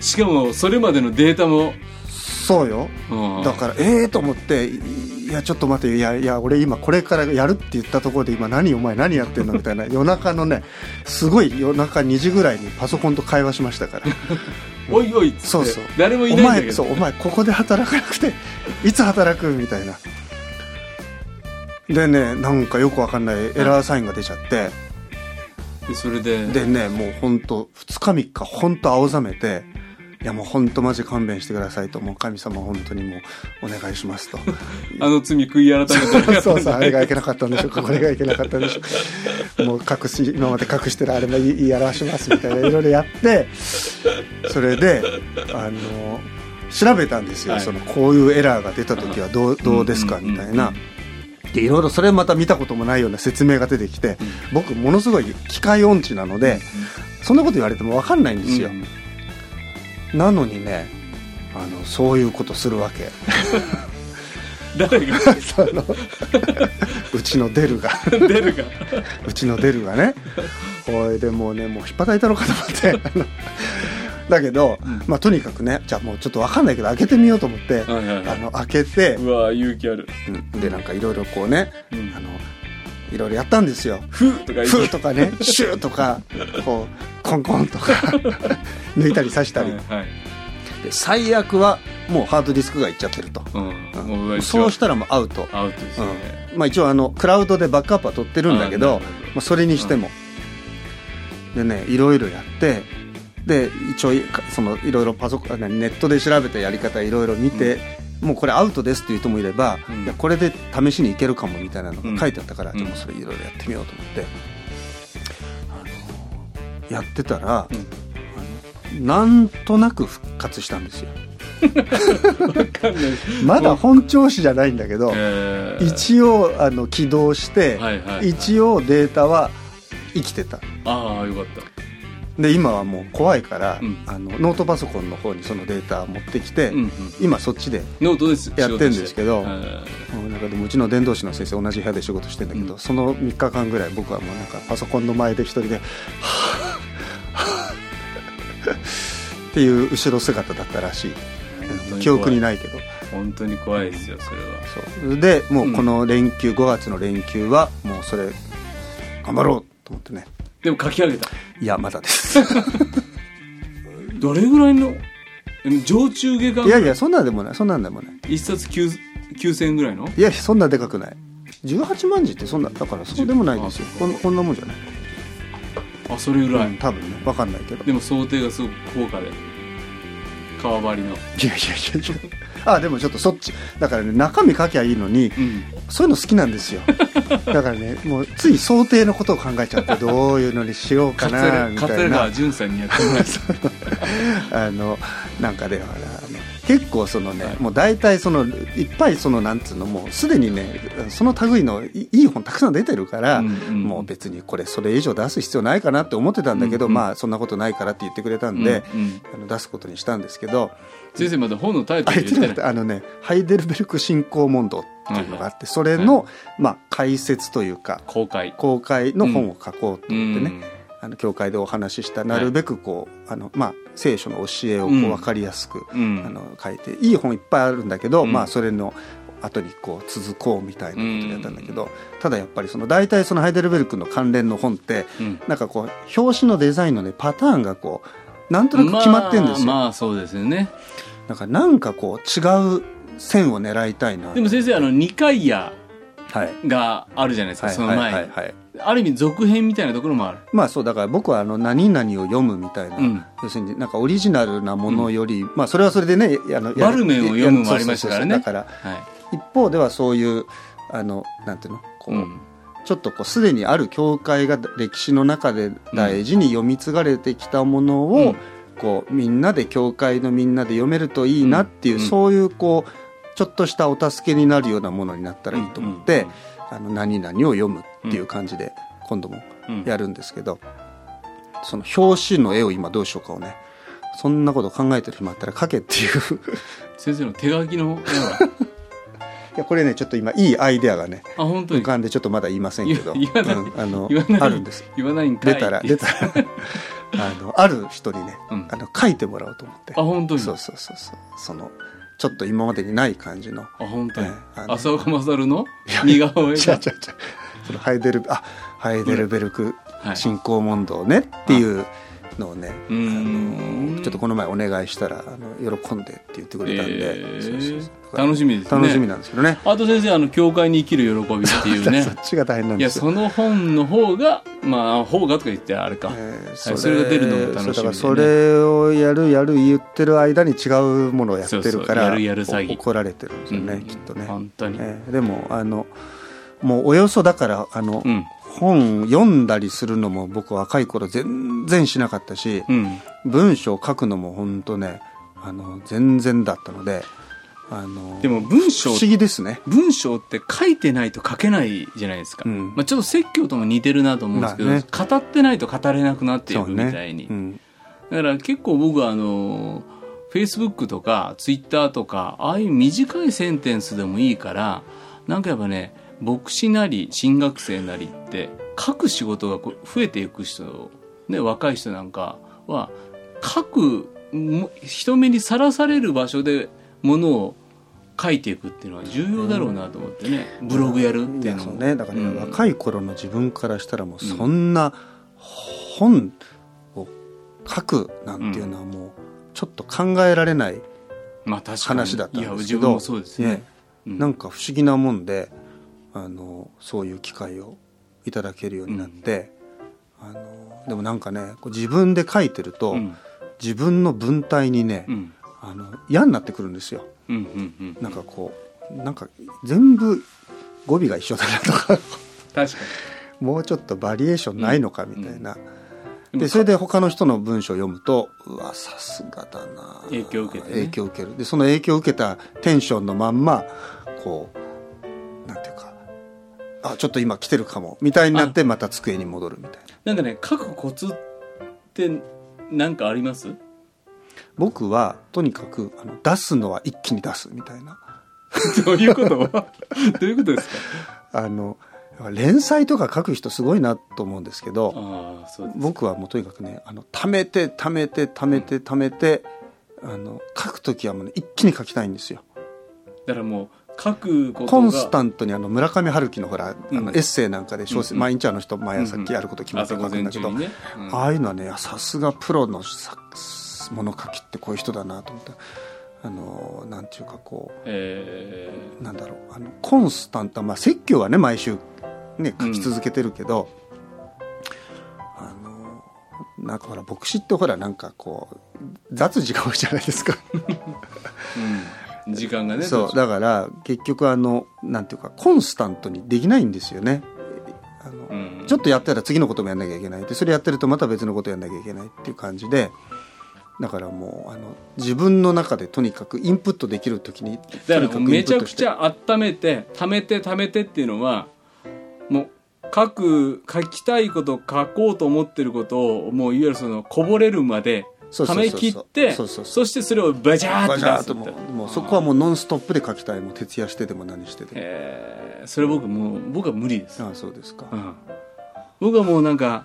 S1: しかもそれまでのデータも、
S2: そうよ
S1: うん、
S2: だからええと思っていいやちょっと待っていやいや俺今これからやるって言ったところで今何お前何やってんのみた いな夜中のねすごい夜中2時ぐらいにパソコンと会話しましたから
S1: おいおいっつって
S2: そうそう
S1: 誰もい
S2: お
S1: ないんだけ
S2: 前
S1: ど
S2: そうお前ここで働かなくていつ働くみたいなでねなんかよくわかんないエラーサインが出ちゃって
S1: でそれで
S2: でねもうほんと2日3日ほんと青ざめていやもうほんとマジ勘弁してくださいともう神様本当にもうお願いしますと。
S1: あの罪悔い改めてなかったん
S2: そうそう、
S1: だ
S2: あ
S1: ね
S2: れがいけなかったんでしょう か、これがいけなかったんでしょうか。もう隠し、今まで隠してるあれも言い言い表しますみたいな、いろいろやって、それで、あの、調べたんですよ、
S1: はい
S2: その、こういうエラーが出た時はどう、どうですか、みたいな。で、いろいろそれまた見たこともないような説明が出てきて、僕、ものすごい機械音痴なので、そんなこと言われてもわかんないんですよ。
S1: うん
S2: なのにね、あの、そういうことするわけ。
S1: 誰が
S2: その うちのデルが。
S1: 出るか
S2: うちのデルがねおいでもうねもうひっぱたいたのかと思ってあのだけど、まあとにかくねじゃあもうちょっとわかんないけど開けてみようと思っ
S1: は
S2: て、
S1: いはいはい
S2: あの開けて
S1: う、わ勇気ある
S2: うんでなんかいろいろこうね、
S1: うん
S2: あのいろいろやったんですよ
S1: 「ふ」とか言って
S2: フーとかねシューとかこうコンコンとか抜いたり刺したり、
S1: はいはい
S2: で最悪はもうハードディスクがいっちゃってると、
S1: うん
S2: うん
S1: もう
S2: そうしたらもうアウト、
S1: アウトですね
S2: うんまあ、一応あのクラウドでバックアップは取ってるんだけ
S1: あな
S2: ど
S1: るほど
S2: まあ、それにしても、でねいろいろやってで一応いそのいろいろパソコンあネットで調べたやり方いろいろ見て、もうこれアウトですっていう人もいれば、
S1: うん
S2: いやこれで試しにいけるかもみたいなのが書いてあったから、
S1: うん
S2: でもそれいろいろやってみようと思って、あのやってたら、
S1: うん
S2: あのなんとなく復活したんですよ。
S1: わかんないです
S2: まだ本調子じゃないんだけど、
S1: えー
S2: 一応あの起動して、
S1: はいはいはい
S2: 一応データは生きてた
S1: ああよかった
S2: で今はもう怖いから、
S1: うん
S2: あのノートパソコンの方にそのデータ持ってきて、
S1: うんうん
S2: 今そっちで
S1: ノートです
S2: やってんですけど
S1: 仕事して
S2: うんなんかでもうちの伝道師の先生同じ部屋で仕事してんだけど、
S1: うん
S2: その3日間ぐらい僕はもうなんかパソコンの前で一人ではぁ「はぁはぁっていう後ろ姿だったらしい
S1: はい
S2: 記憶にないけど
S1: 本当に怖いですよそれは
S2: そうでもうこの連休、5月の連休はもうそれ頑張ろうと思ってね
S1: でも書き上げた
S2: いやまだです
S1: どれぐらいのえ上中下巻
S2: いやいやそんなんでもないそんなんでもない
S1: 一冊九九千円ぐらいの
S2: いやそんなでかくない18万字ってそんなだからそうでもないですよ
S1: あ
S2: こんこんなもんじゃない、
S1: あそれぐらい、
S2: うん多分ね分かんないけど
S1: でも想定がすごく高価で革張りの
S2: いやいやいやいやあでもちょっとそっちだからね中身書きゃいいのに
S1: うん
S2: そういうの好きなんです よだからねもうつい想定のことを考えちゃってどういうのにしよう
S1: カ
S2: か
S1: ツ
S2: な
S1: レ
S2: み
S1: カツ
S2: たい
S1: レ
S2: な
S1: 川淳さんにやっても らいた
S2: あのなんかでほらあの結構そのね、もう大体そのいっぱいそのなんつうのもうすでにねその類のいいい本たくさん出てるから、
S1: うんうん
S2: もう別にこれそれ以上出す必要ないかなって思ってたんだけど、
S1: うんうん
S2: まあそんなことないからって言ってくれたん
S1: い
S2: で、
S1: うんうん
S2: あの出すことにしたんですけど
S1: 先生まだ本のタイト
S2: あ
S1: ル
S2: 言って
S1: 言
S2: な
S1: っ
S2: かってたあのねハイデルベルク信仰問答っていうのがあって、それの、まあ、解説というか
S1: 公開
S2: 公開の本を書こうと
S1: う
S2: 思ってね、
S1: ん
S2: あの教会でお話ししたなるべくこう、あのまあ、聖書の教えをこ
S1: う
S2: うん分かりやすく、
S1: うん
S2: あの書いていい本いっぱいあるんだけど、
S1: うん
S2: まあ、それの後にこう続こうみたいなことをやったんだけど、ただやっぱりその大体そのハイデルベルクの関連の本って
S1: うん
S2: なんかこう表紙のデザインの、ね、パターンがこうなんとなく決まってんですよ。
S1: まあ、まあそうですよね
S2: なんかなんかこう違う線を狙いたいな
S1: でも先生あの二回や
S2: はい
S1: があるじゃないですか、
S2: はい
S1: その前に、
S2: はいはいはい
S1: ある意味続編みたいなところもある
S2: まあそうだから僕はあの何々を読むみたいな、
S1: うん
S2: 要するになんかオリジナルなものより、まあそれはそれでねあのや
S1: バルメンを読むもありましたからね
S2: そうそうそうだか
S1: はい
S2: ら一方ではそういうあのなんていうのこう、
S1: うん
S2: ちょっとこうすでにある教会が歴史の中で大事に読み継がれてきたものを、
S1: うん
S2: こうみんなで教会のみんなで読めるといいなっていう、
S1: うん
S2: そういうこうちょっとしたお助けになるようなものになったらいいと思って、あの何々を読むっていう感じで今度も
S1: うん
S2: やるんですけど、その表紙の絵を今どうしようかをねそんなこと考えてる暇あったら書けっていう
S1: 先生の手書きの絵が
S2: いやこれねちょっと今いいアイデアがね
S1: あ本当
S2: 浮
S1: に
S2: かんでちょっとまだ言いませんけど、
S1: 言わない
S2: うんあの
S1: 言わない
S2: あるんです
S1: 言わないんかい
S2: 出たら出たら あのある人にね、
S1: うん
S2: あの書いてもらおうと思って
S1: あ本当に
S2: そうそうそうそうそのちょっと今までにない感じの
S1: あ本当に
S2: ええあの
S1: 浅岡勝の似顔絵
S2: 違う違う違
S1: が
S2: うそのハイデルあハイデルベルク
S1: はい
S2: 信仰問答ねっていうのをね、
S1: うーん
S2: あのちょっとこの前お願いしたらあの喜んでって言ってくれたんで、
S1: ええ
S2: そうそうそうだから
S1: 楽しみですね
S2: 楽しみなんですけどね
S1: あと先生あの教会に生きる喜びっていうね
S2: そっちが大変なん
S1: い
S2: で
S1: や
S2: すよ
S1: その本の方がまあ方がとか言ってあれか、
S2: えー
S1: はいそれが出るのも楽しみでね
S2: そうだからそれをやるやる言ってる間に違うものをやってるから
S1: そうそうやるやる詐欺
S2: お怒られてるんですよね、きっとね、
S1: 本当に、
S2: えーでもあのもうおよそだからあの、
S1: うん
S2: 本読んだりするのも僕若い頃全然しなかったし、
S1: うん
S2: 文章書くのも本当ねあの全然だったのであの
S1: でも文章
S2: 不思議ですね
S1: 文章って書いてないと書けないじゃないですか、
S2: うん
S1: まあ、ちょっと説教とも似てるなと思うんですけど、
S2: まあね
S1: 語ってないと語れなくなってい
S2: そ
S1: く
S2: う
S1: み
S2: ね
S1: たいに、
S2: うん
S1: だから結構僕はあのフェイスブックとかツイッターとかああいう短いセンテンスでもいいからなんかやっぱね牧師なり進学生なりって書く仕事がこう増えていく人、ね、若い人なんかは書くも人目にさらされる場所でものを書いていくっていうのは重要だろうなと思ってね、ブログやるっていうの
S2: やそ
S1: も
S2: ねだからね、
S1: うん
S2: 若い頃の自分からしたらもうそんな本を書くなんていうのはもうちょっと考えられない
S1: まあ確かに
S2: 話だったん
S1: いや
S2: ですけ
S1: 自
S2: ど
S1: 分もそうですね
S2: ね
S1: うん
S2: なんか不思議なもんであのそういう機会をいただけるようになって、あのでもなんかねこう自分で書いてると、
S1: うん
S2: 自分の文体にね、
S1: うん
S2: あの嫌になってくるんですよ
S1: うんうんうん
S2: なんかこうなんか全部語尾が一緒だなとか
S1: 確か
S2: もうちょっとバリエーションないのかみたいな、
S1: に
S2: でそれで他の人の文章を読むとうわさすがだな
S1: 影響を受けてね
S2: 影響を受けるでその影響を受けたテンションのまんまこうなんていうかあちょっと今来てるかもみたいになってまた机に戻るみたいな
S1: なんかね書くコツってなんかあります
S2: 僕はとにかくあの出すのは一気に出すみたいな
S1: どういうこと どういうことですか
S2: あの連載とか書く人すごいなと思うんですけど
S1: ああそうです
S2: 僕はもうとにかくねあの貯めて貯めて貯めて貯めてあの書く時はもうね、一気に書きたいんですよ。
S1: だからもう書くことが
S2: コンスタントにあの村上春樹のほら、あ
S1: うん
S2: のエッセイなんかで小説、
S1: うんうん
S2: 毎日あの人毎朝
S1: うんうん
S2: やること決まって書くんだけど、
S1: 朝午前中にね、うん
S2: ああいうのはねさすがプロの作物書きってこういう人だなと思ったあのなんていうかこ
S1: え
S2: うなんだろうあのコンスタント、まあ、説教はね毎週ね書き続けてるけど、あのなんかほら牧師ってほらなんかこう雑字が多いじゃないですか。
S1: ーうん、時間がね
S2: そうだから結局あのなんていうかコンスタントにできないんですよねあの、
S1: うん
S2: ちょっとやったら次のこともやんなきゃいけないでそれやってるとまた別のことやんなきゃいけないっていう感じでだからもうあの自分の中でとにかくインプットできる時に
S1: だか
S2: と
S1: ら
S2: に
S1: も
S2: か
S1: う
S2: くイ
S1: め
S2: ン
S1: ち
S2: プッ
S1: ゃ
S2: ト
S1: く
S2: して
S1: ちゃ温めて貯めて貯めてっていうのはもう書く書きたいこと書こうと思ってることをもういわゆるそのこぼれるまで
S2: そう
S1: 貯
S2: そうそう
S1: め
S2: そう
S1: 切って
S2: そうそうそう
S1: そしてそれをバジャー
S2: バジャー
S1: ッ
S2: っと
S1: と
S2: も
S1: 出すって
S2: うもうそこはもうノンストップで書きたいもう徹夜してでも何してでも
S1: えーそれ僕もう僕は無理です、
S2: ああそうですか、
S1: うん、僕はもうなんか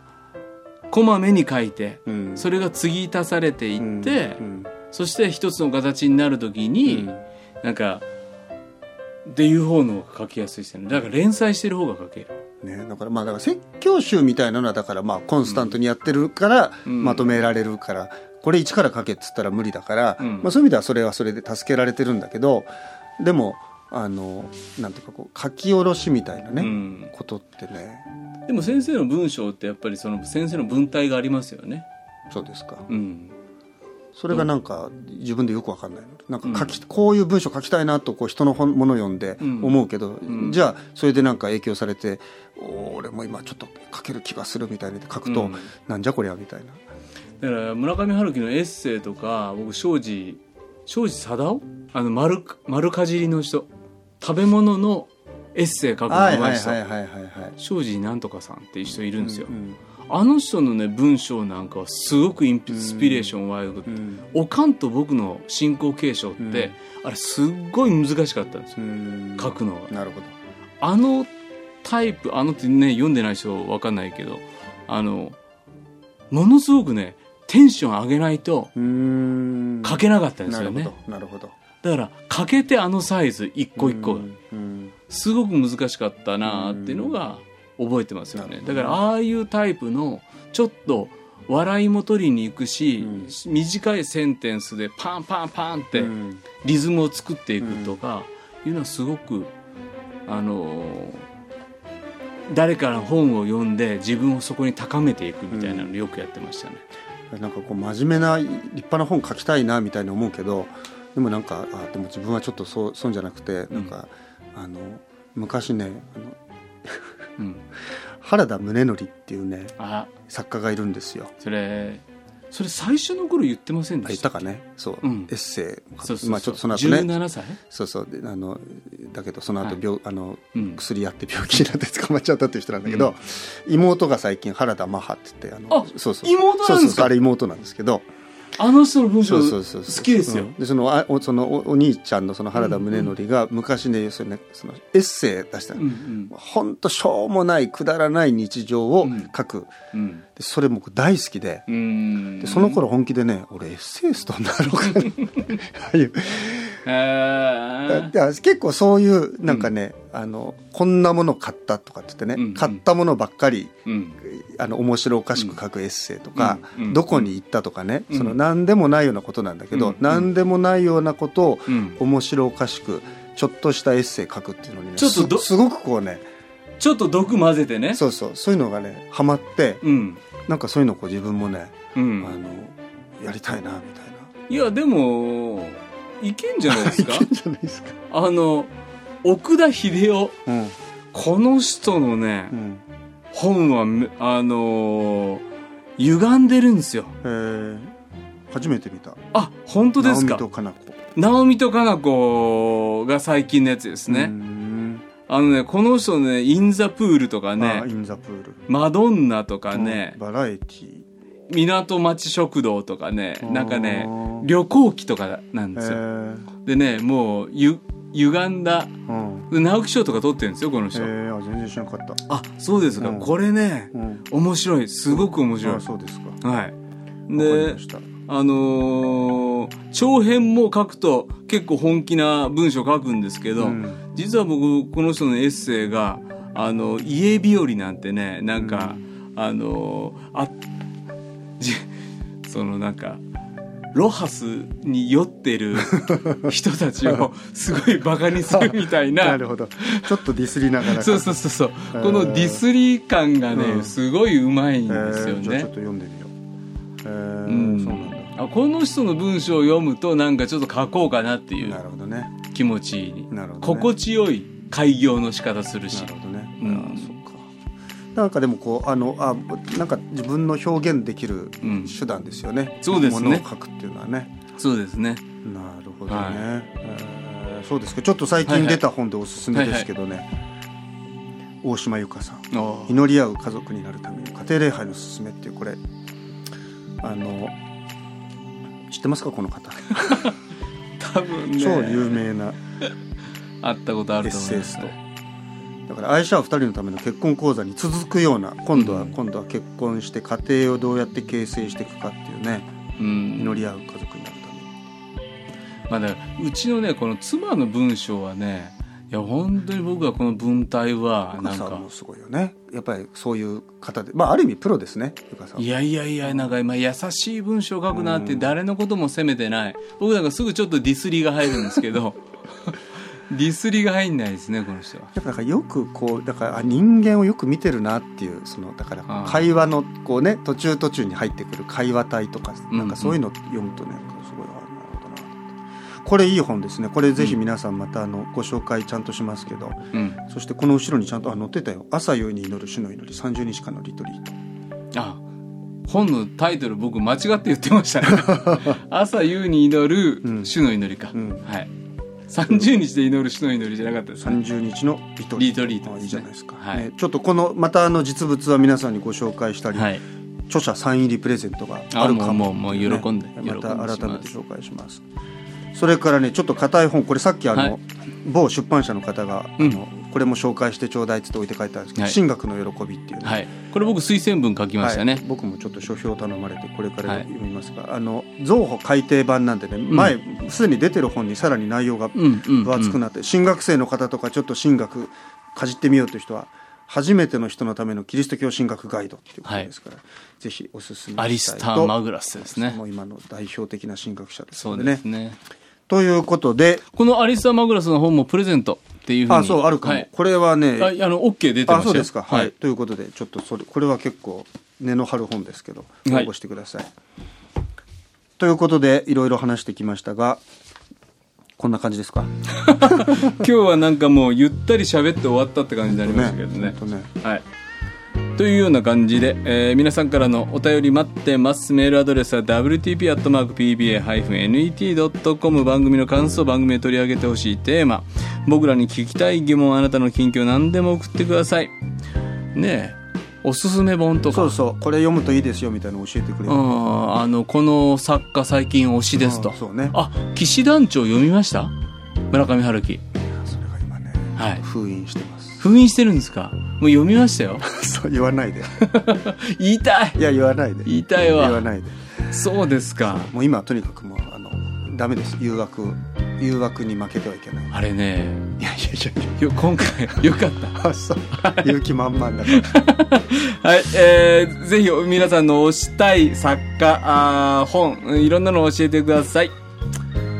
S1: こまめに書いて
S2: うん
S1: それが継ぎ足されていって、
S2: うん
S1: そして一つの形になる時
S2: うん
S1: に、なんかっていう方の書きやすいですよねだから連載してる方が書ける
S2: ね、だからまあだから説教集みたいなのはだからまあコンスタントにやってるから
S1: うん
S2: まとめられるから、これ一から書けっつったら無理だから、
S1: うん
S2: まあ、そういう意味ではそれはそれで助けられてるんだけどでもあのなんていうかこう書き下ろしみたいなね、
S1: うん
S2: ことってね
S1: でも先生の文章ってやっぱりその先生の文体がありますよね
S2: そうですか
S1: うん
S2: それがなんか自分でよくわかんないのなんか書き、こういう文章書きたいなとこう人の本もの読んで
S1: うん
S2: 思うけど、
S1: ん
S2: じゃあそれでなんか影響されておー俺も今ちょっと書ける気がするみたいに書くと、
S1: うん
S2: なんじゃこりゃみたい
S1: だ
S2: な。
S1: から村上春樹のエッセイとか僕庄司庄司貞夫あの丸か丸かじりの人食べ物のエッセイ書くの
S2: は
S1: う
S2: い
S1: ま
S2: はいい
S1: 人、
S2: はいはいはいはい
S1: 庄司なんとかさんっていう人いるんですよ、
S2: うん
S1: あの人のね文章なんかはすごくインスピレーション湧いてくる
S2: うんうん
S1: おかんと僕の信仰継承って、
S2: うん
S1: あれすっごい難しかったんですよ
S2: うん
S1: 書くのは
S2: なるほど
S1: あのタイプあのってね読んでない人わかんないけどあのものすごくねテンション上げないと
S2: うーん
S1: 書けなかったんです
S2: な
S1: よ
S2: るほ
S1: ね、
S2: どなるほど
S1: だから書けてあのサイズ一個一個
S2: うんうん
S1: すごく難しかったなっていうのが覚えてますよね
S2: うん
S1: だからああいうタイプのちょっと笑いも取りに行くし、
S2: うん
S1: 短いセンテンスでパンパンパンって、
S2: うん
S1: リズムを作っていくとかいうのはすごく、あのー誰かの本を読んで自分をそこに高めていくみたいなのをよくやってましたね。
S2: なんかこう真面目ない立派な本書きたいなみたいに思うけどでもなんかあでも自分はちょっとそうそうじゃなくてなんか、あの昔ねあの
S1: うん
S2: 原田宗則っていうね
S1: あ
S2: 作家がいるんですよ。
S1: それそれ最初の頃言ってません
S2: あ
S1: で
S2: 言っ
S1: した
S2: たかねそう、
S1: うん
S2: エッセイ
S1: そうそうそう
S2: まあちょっとその後ね
S1: 17歳、
S2: そうそうであのだけどその
S1: は
S2: 後
S1: い
S2: 病、あの
S1: うん、
S2: 薬やって病気になって捕まっちゃったっていう人なんだけど、妹が最近原田マハって言ってあの
S1: あ
S2: そうそう
S1: 妹
S2: そ
S1: な
S2: うんそ
S1: で
S2: う
S1: す
S2: そう
S1: か
S2: あれ妹なんですけど
S1: あの人の文章
S2: そうそうそうそう
S1: 好きですよ
S2: うんでそのあおそのおお兄ちゃんのその原田宗則が昔ね、それねそのエッセイ出した
S1: う
S2: の、
S1: んうん
S2: ほんとしょうもないくだらない日常を書く、
S1: うん
S2: でそれ僕大好きで
S1: うん
S2: でその頃本気でね俺エッセイストになろうかなああいう
S1: へー
S2: だ結構そういうなんかね、あのこんなもの買ったとかって言ってね、
S1: うんうん
S2: 買ったものばっかり
S1: うん
S2: あの面白おかしく書くエッセイとか、
S1: うんうん
S2: どこに行ったとかね、
S1: うん
S2: その何でもないようなことなんだけど、
S1: うん
S2: 何でもないようなことを
S1: うん
S2: 面白おかしくちょっとしたエッセイ書くっていうのにね
S1: ちょっとど
S2: すすごくこうね
S1: ちょっと毒混ぜてね
S2: そうそうそういうのがねハマって
S1: うん
S2: なんかそういうのをこう自分もね、
S1: うん
S2: あのやりたいなみたいな。
S1: いやでもいけんじゃないですか
S2: じゃないですか。
S1: あの奥田秀夫
S2: うん
S1: この人のね、
S2: うん。
S1: 本はめあのー歪んでるんですよ
S2: えー、初めて見た。
S1: あ本当です
S2: 直
S1: か
S2: 美とかな子。
S1: 直美とかな子が最近のやつです
S2: うー
S1: ね、
S2: ん。
S1: あのねこの人ね「イン・ザ・プール」とか
S2: ね。イ
S1: ね
S2: ンザプール。
S1: 「マドンナ」とか
S2: う
S1: ね
S2: んバラエティ
S1: 「港町食堂」とかね
S2: ー。
S1: なんかね
S2: うん
S1: 旅行記とかなん
S2: え
S1: ですよ
S2: ー、
S1: でねもうゆ歪んだ
S2: うん。
S1: 直木賞とか取ってるんですよこの
S2: え
S1: 人
S2: ー、あ全然知らなかった。
S1: あそうですか、
S2: うん
S1: これね
S2: うん。
S1: 面白いすごく面白い
S2: あ、そうですか。
S1: はい
S2: わかり
S1: で
S2: ました。
S1: あのー長編も書くと結構本気な文章書くんですけど、
S2: うん
S1: 実は僕この人のエッセイが「あの家日和」なんてねなんか、あのーあじそのなんかロハスに酔ってる人たち をすごいバカにするみたい
S2: な
S1: な
S2: るほど。ちょっとディスりながら。。
S1: そうそううそうそう
S2: ー
S1: このディスり感がね、
S2: うん
S1: すごいうまいん
S2: え
S1: ですよ
S2: ー、じゃあち
S1: ね
S2: ょっと。読んでみよう。えー、
S1: うん
S2: そうなんだ。
S1: あこの人の文章を読むとなんかちょっと書こうかなってい
S2: な
S1: う
S2: るほどね。
S1: 気持ちに、
S2: なるほど、ね。
S1: 心地よい開業の仕方するし
S2: なるほどね。
S1: うん
S2: ああそっか。なんかでもこうあのあなんか自分の表現できる
S1: うん
S2: 手段ですよね。
S1: そうですね
S2: ものを書くっていうのはね。
S1: そうですね
S2: なるほどね。
S1: はい
S2: えーそうですか。ちょっと最近出た本でおすすめですけどね。大島由香さん。
S1: ああ
S2: 祈り合う家族になるために家庭礼拝のすすめっていうこれあの知ってますかこ の方、
S1: 多分ね
S2: 超有名な
S1: 会ったことあ
S2: エッ
S1: ると思い
S2: セイ
S1: ま
S2: ス
S1: す
S2: トだから愛車は2人のための結婚講座に続くような今度は、
S1: うん
S2: 今度は結婚して家庭をどうやって形成していくかっていうね
S1: うん
S2: 祈り合う家族になるために
S1: まあだからうちのねこの妻の文章はねいや本当に僕はこの文体は
S2: ゆ
S1: な
S2: か
S1: ん
S2: さん
S1: か
S2: もすごいよねやっぱりそういう方でまあある意味プロですねゆかさん
S1: い
S2: は
S1: やいやいやなんか今優しい文章書くなって
S2: うん
S1: 誰のことも責めてない僕なんかすぐちょっとディスりが入るんですけ どディスりが入んないですねこの人は
S2: だからよくこうだからあ人間をよく見てるなっていうそのだから
S1: あー
S2: 会話のこうね途中途中に入ってくる会話体とか
S1: うん
S2: なんかそういうの読むとねすごいあなるほどなと思ってこれいい本ですねこれぜひ皆さんまたあのご紹介ちゃんとしますけど
S1: うん
S2: そしてこの後ろにちゃんとあ載ってたよ「朝夕に祈る主の祈り30日間のリトリート
S1: あ本のタイトル僕間違って言ってましたね 朝夕に祈る
S2: うん
S1: 主の祈りか、
S2: うん
S1: はい30日で祈る主の祈りじゃなかったですね
S2: 30日のリト
S1: リ
S2: リー
S1: ト
S2: ト
S1: リートですね
S2: あいいじゃないですか、
S1: はい
S2: ねちょっとこのまたあの実物は皆さんにご紹介したり、
S1: はい
S2: 著者サイン入りプレゼントが
S1: あ
S2: ある
S1: もう
S2: か
S1: も
S2: も
S1: うもう喜んで
S2: ねま
S1: 喜
S2: た
S1: んでし
S2: 改め
S1: ま
S2: て
S1: す
S2: 紹介しますそれからねちょっと硬い本これさっきあの、
S1: はい
S2: 某出版社の方が、
S1: うん
S2: あのこれも紹介してちょうだいっつって置いて書いてあるんですけど「
S1: はい
S2: 神学の喜び」っていうね、
S1: はいこれ僕推薦文書きましたね、
S2: はい僕もちょっと書評を頼まれてこれから
S1: はい
S2: 読みますが、あの造歩改訂版なんでね前すで、に出てる本にさらに内容が
S1: うんうんうん
S2: 分厚くなって、新学生の方とかちょっと神学かじってみようという人は初めての人のためのキリスト教神学ガイドっていうことですから、ぜひおすすめしたいと
S1: アリスター・マグラスですね
S2: もう今の代表的な神学者です
S1: そ
S2: の
S1: う
S2: で
S1: で
S2: ね
S1: すね
S2: ということで
S1: このアリスター・マグラスの本もプレゼントっていうふうに
S2: あそうあるかも、
S1: はい
S2: これはね
S1: ああの OK 出てましたよ
S2: あそうですかはい、
S1: はい
S2: ということでちょっとそれこれは結構根の張る本ですけど応
S1: はい
S2: 募してください、ということでいろいろ話してきましたがこんな感じですか
S1: 今日はなんかもうゆったり喋って終わったって感じになりましたけどね
S2: ほんとね
S1: はいというような感じで、えー皆さんからのお便り待ってますメールアドレスは wtp.pba-net.com 番組の感想番組で取り上げてほしいテーマ僕らに聞きたい疑問あなたの近況何でも送ってくださいねえおすすめ本とか
S2: そうそうこれ読むといいですよみたいなの教えてくれる
S1: うんあのこの作家最近推しですと
S2: うんそうね
S1: あ騎士団長読みました村上春樹
S2: それが今ね
S1: はい
S2: 封印してます
S1: 封印してるんですかもう読みましたよ
S2: そう言わな いで
S1: 言いたい
S2: いや言わないで
S1: 言いたいわ
S2: 言わないで
S1: そうですか
S2: もう今はとにかくもうあのダメです誘惑誘惑に負けてはいけないい
S1: あれね
S2: やいやいやい
S1: よ今回 よかった
S2: やあそう 勇気満々だから
S1: はい、えー、ぜひ皆さんの推したい作家あー本うんいろんなの教えてください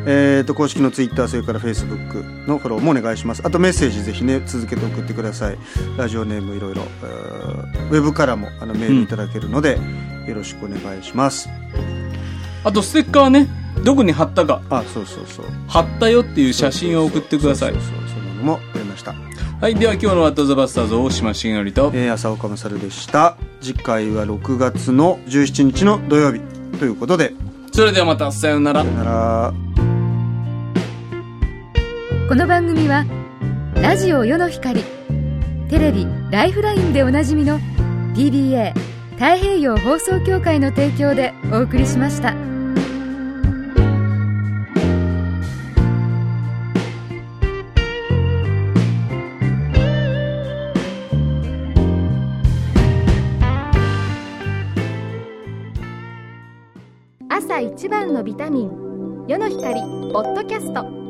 S2: えー、と公式のツイッターそれからフェイスブックのフォローもお願いしますあとメッセージぜひね続けて送ってくださいラジオネームいろいろえーウェブからもあのメールいただけるので、よろしくお願いします
S1: あとステッカーねどこに貼ったか
S2: あそうそうそう
S1: 貼ったよっていう写真を送ってください
S2: そうそうそうそんなのもありました、
S1: はいでは今日の「ワット・ザ・バスターズ」大島茂則と
S2: えー、浅岡勝でした次回は6月の17日の土曜日ということで
S1: それではまたさようなら
S2: さよなら
S3: この番組はラジオ世の光テレビ「ライフライン」でおなじみの PBA 太平洋放送協会の提供でお送りしました。
S4: 朝一番のビタミン世の光ポッドキャスト